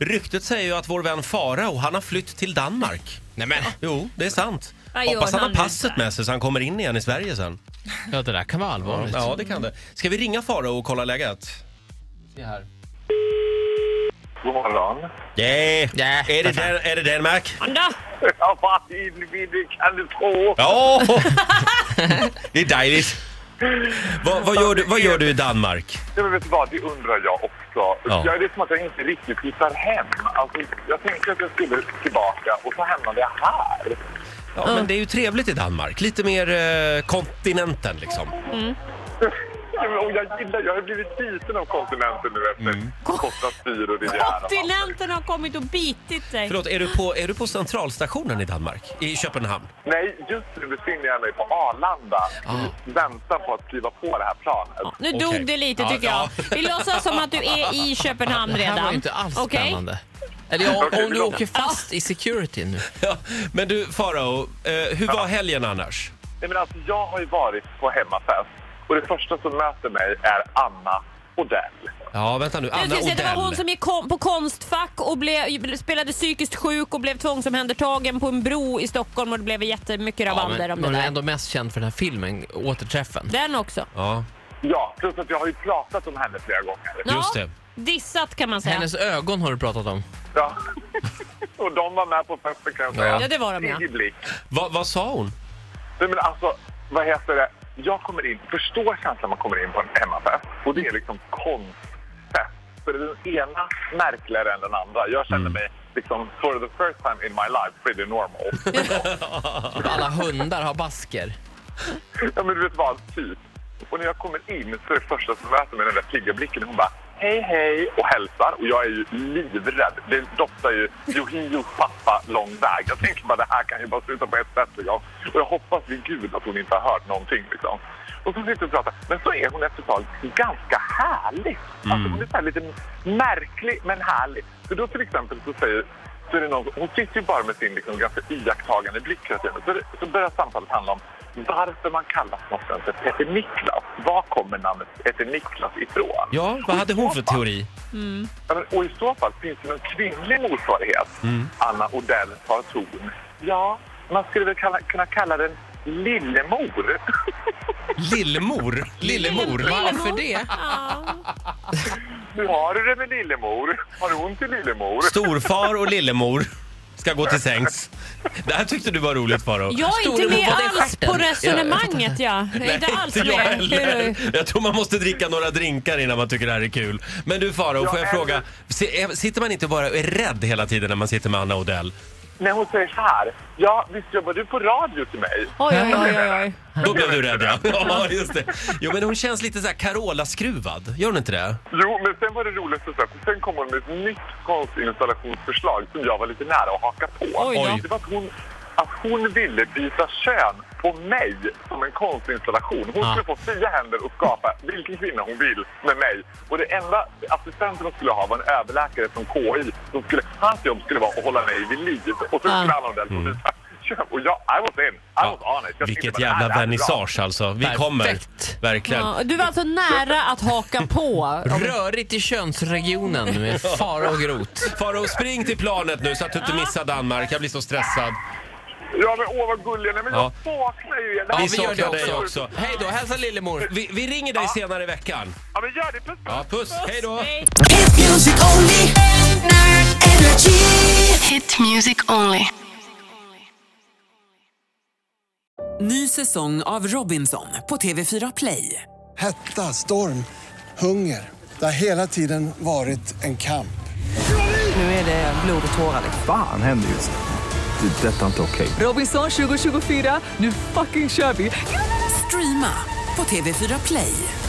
Ryktet säger ju att vår vän Farao, han har flytt till Danmark. Nej men, Jo, det är sant. Vad gör Hoppas han har han nu passet där? med sig så han kommer in igen i Sverige sen. ja, det där kan vara allvarligt. Ja, det kan det. Ska vi ringa Farao och kolla läget? God morgon. Nej, Nej, är, det vad fan. Dan- är det Danmark? Anna! Ja, vad du kan du tro? Ja! det är dejligt. Vad, vad, gör du, vad gör du i Danmark? Jag vet du vad, det undrar jag också. Ja. Jag, det är som att jag inte riktigt hittar hem. Alltså, jag tänkte att jag skulle tillbaka och så hamnade jag här. Ja, men det är ju trevligt i Danmark. Lite mer eh, kontinenten liksom. Ja, men, Och jag gillar, jag har blivit biten av kontinenten nu efter Costa Fyr och Rivieran. Kontinenten har kommit och bitit dig. Förlåt, är du på, är du på centralstationen i Danmark? I Köpenhamn? Nej, just nu befinner jag mig på Arlanda i väntan på att kliva på det här planet. Nu Okej. dog det lite Ja, tycker ja. jag. Vi låtsas som att du är i Köpenhamn Det här redan. var ju inte alls Okej? spännande. Eller ja, Okej, om du förlåt. åker fast i security nu. Ja, men du Farao, eh, hur var helgen annars? Nej, men alltså, jag har ju varit på hemmafest och det första som möter mig är Anna Odell. Ja, vänta nu. Nu Anna ska vi se, det var hon Odell. som gick kom, på Konstfack och blev, spelade psykiskt sjuk och blev tvångsomhändertagen på en bro i Stockholm och det blev jättemycket rabalder om det hon är där. ändå mest känd för den här filmen, Återträffen. Den också. Ja, Ja, plus att jag har ju pratat om henne flera gånger. Just det. Dissat kan man säga. Hennes ögon har du pratat om. Ja. Och de var med på festen kan jag säga. Ja, det var de, ja. Tidig blick. Va, vad sa hon? Nej, men alltså, vad heter det? Jag kommer in, förstår känslan man kommer in på en hemmafest. Och det är liksom konstfest. För den ena märkligare än den andra. Jag känner Mm. mig liksom, for the first time in my life, pretty normal. Alla hundar har basker. ja, men du vet vad, typ. Och när jag kommer in så är det första som möter mig den där pigga blicken. Hon bara, hej hej, och hälsar. Och jag är ju livrädd. Det doftar ju Yohios pappa lång väg. Jag tänker bara, det här kan ju bara sluta på ett sätt. Liksom. Och jag hoppas vid gud att hon inte har hört någonting. Liksom. Och så sitter vi och pratar. Men så är hon efter ett tag ganska härlig. Alltså, hon är så här lite märklig, men härlig. För då till exempel så säger så är det någon, hon sitter ju bara med sin liksom, ganska iakttagande blick hela tiden. Så, det- så börjar samtalet handla om varför man kallar snoppen för Peter Niklas. Var kommer namnet Peter Niklas ifrån? Ja, vad hade hon för teori? Ja, men- Och i så fall finns det någon kvinnlig motsvarighet. Anna Odell tar ton. Ja, man skulle väl kalla, kunna kalla den Lillemor. Lillmor? Lillemor? Varför det? Ja. Hur har du det med Lillemor? Har du ont i Lillemor? Storfar och lillemor ska gå till sängs. Det här tyckte du var roligt Farao. Jag är Stor inte humor med på den alls på stjärten. resonemanget. Ja, jag är inte alls jag med. Hur- heller. Jag tror man måste dricka några drinkar innan man tycker det här är kul. Men du Farao, får jag eller- fråga, se- är- sitter man inte bara och är rädd hela tiden när man sitter med Anna Odell? När hon säger så här. Ja, visst jobbar du på radio till mig? Oj, oj, oj, oj, oj. Då blev du rädd ja. Ja, just det. Jo men hon känns lite så här Carola-skruvad, gör hon inte det? Jo, men sen var det roligaste så här, för sen kom hon med ett nytt konstinstallationsförslag som jag var lite nära att haka på. Oj då. Det var att hon, att hon ville byta kön på mig som en konstinstallation. Hon skulle få fria händer och skapa vilken kvinna hon vill med mig. Och det enda assistenten hon skulle ha var en överläkare från KI. Som skulle, hans jobb skulle vara att hålla mig vid liv. Och så skulle han ha den mm. Och jag, I was in. I was on it. Jag Vilket tänkte bara, det jävla här- det här är bra. vernissage alltså. Vi kommer. Perfekt. Verkligen. Ja, Du var alltså nära att haka på. Rörigt i könsregionen med fara och grot. Farao, spring till planet nu så att du inte missar Danmark. Jag blir så stressad. Ja, men åh vad gulliga. Nej, men Ja. jag saknar ju er. Ja, vi vi gör saknar det dig också. också. Hej då, hälsa Lillemor. Vi, vi ringer dig senare i veckan. Ja, men gör det. Puss, puss. Ja, puss, hej då! Hej. Hit music only. Energy. Hit music only. Ny säsong av Robinson på TV4 Play. Hetta, storm, hunger. Det har hela tiden varit en kamp. Nu är det blod och tårar. Fan händer just nu. Det. är Detta är inte okej. Robinson 2024, nu fucking kör vi! Streama på TV4 Play.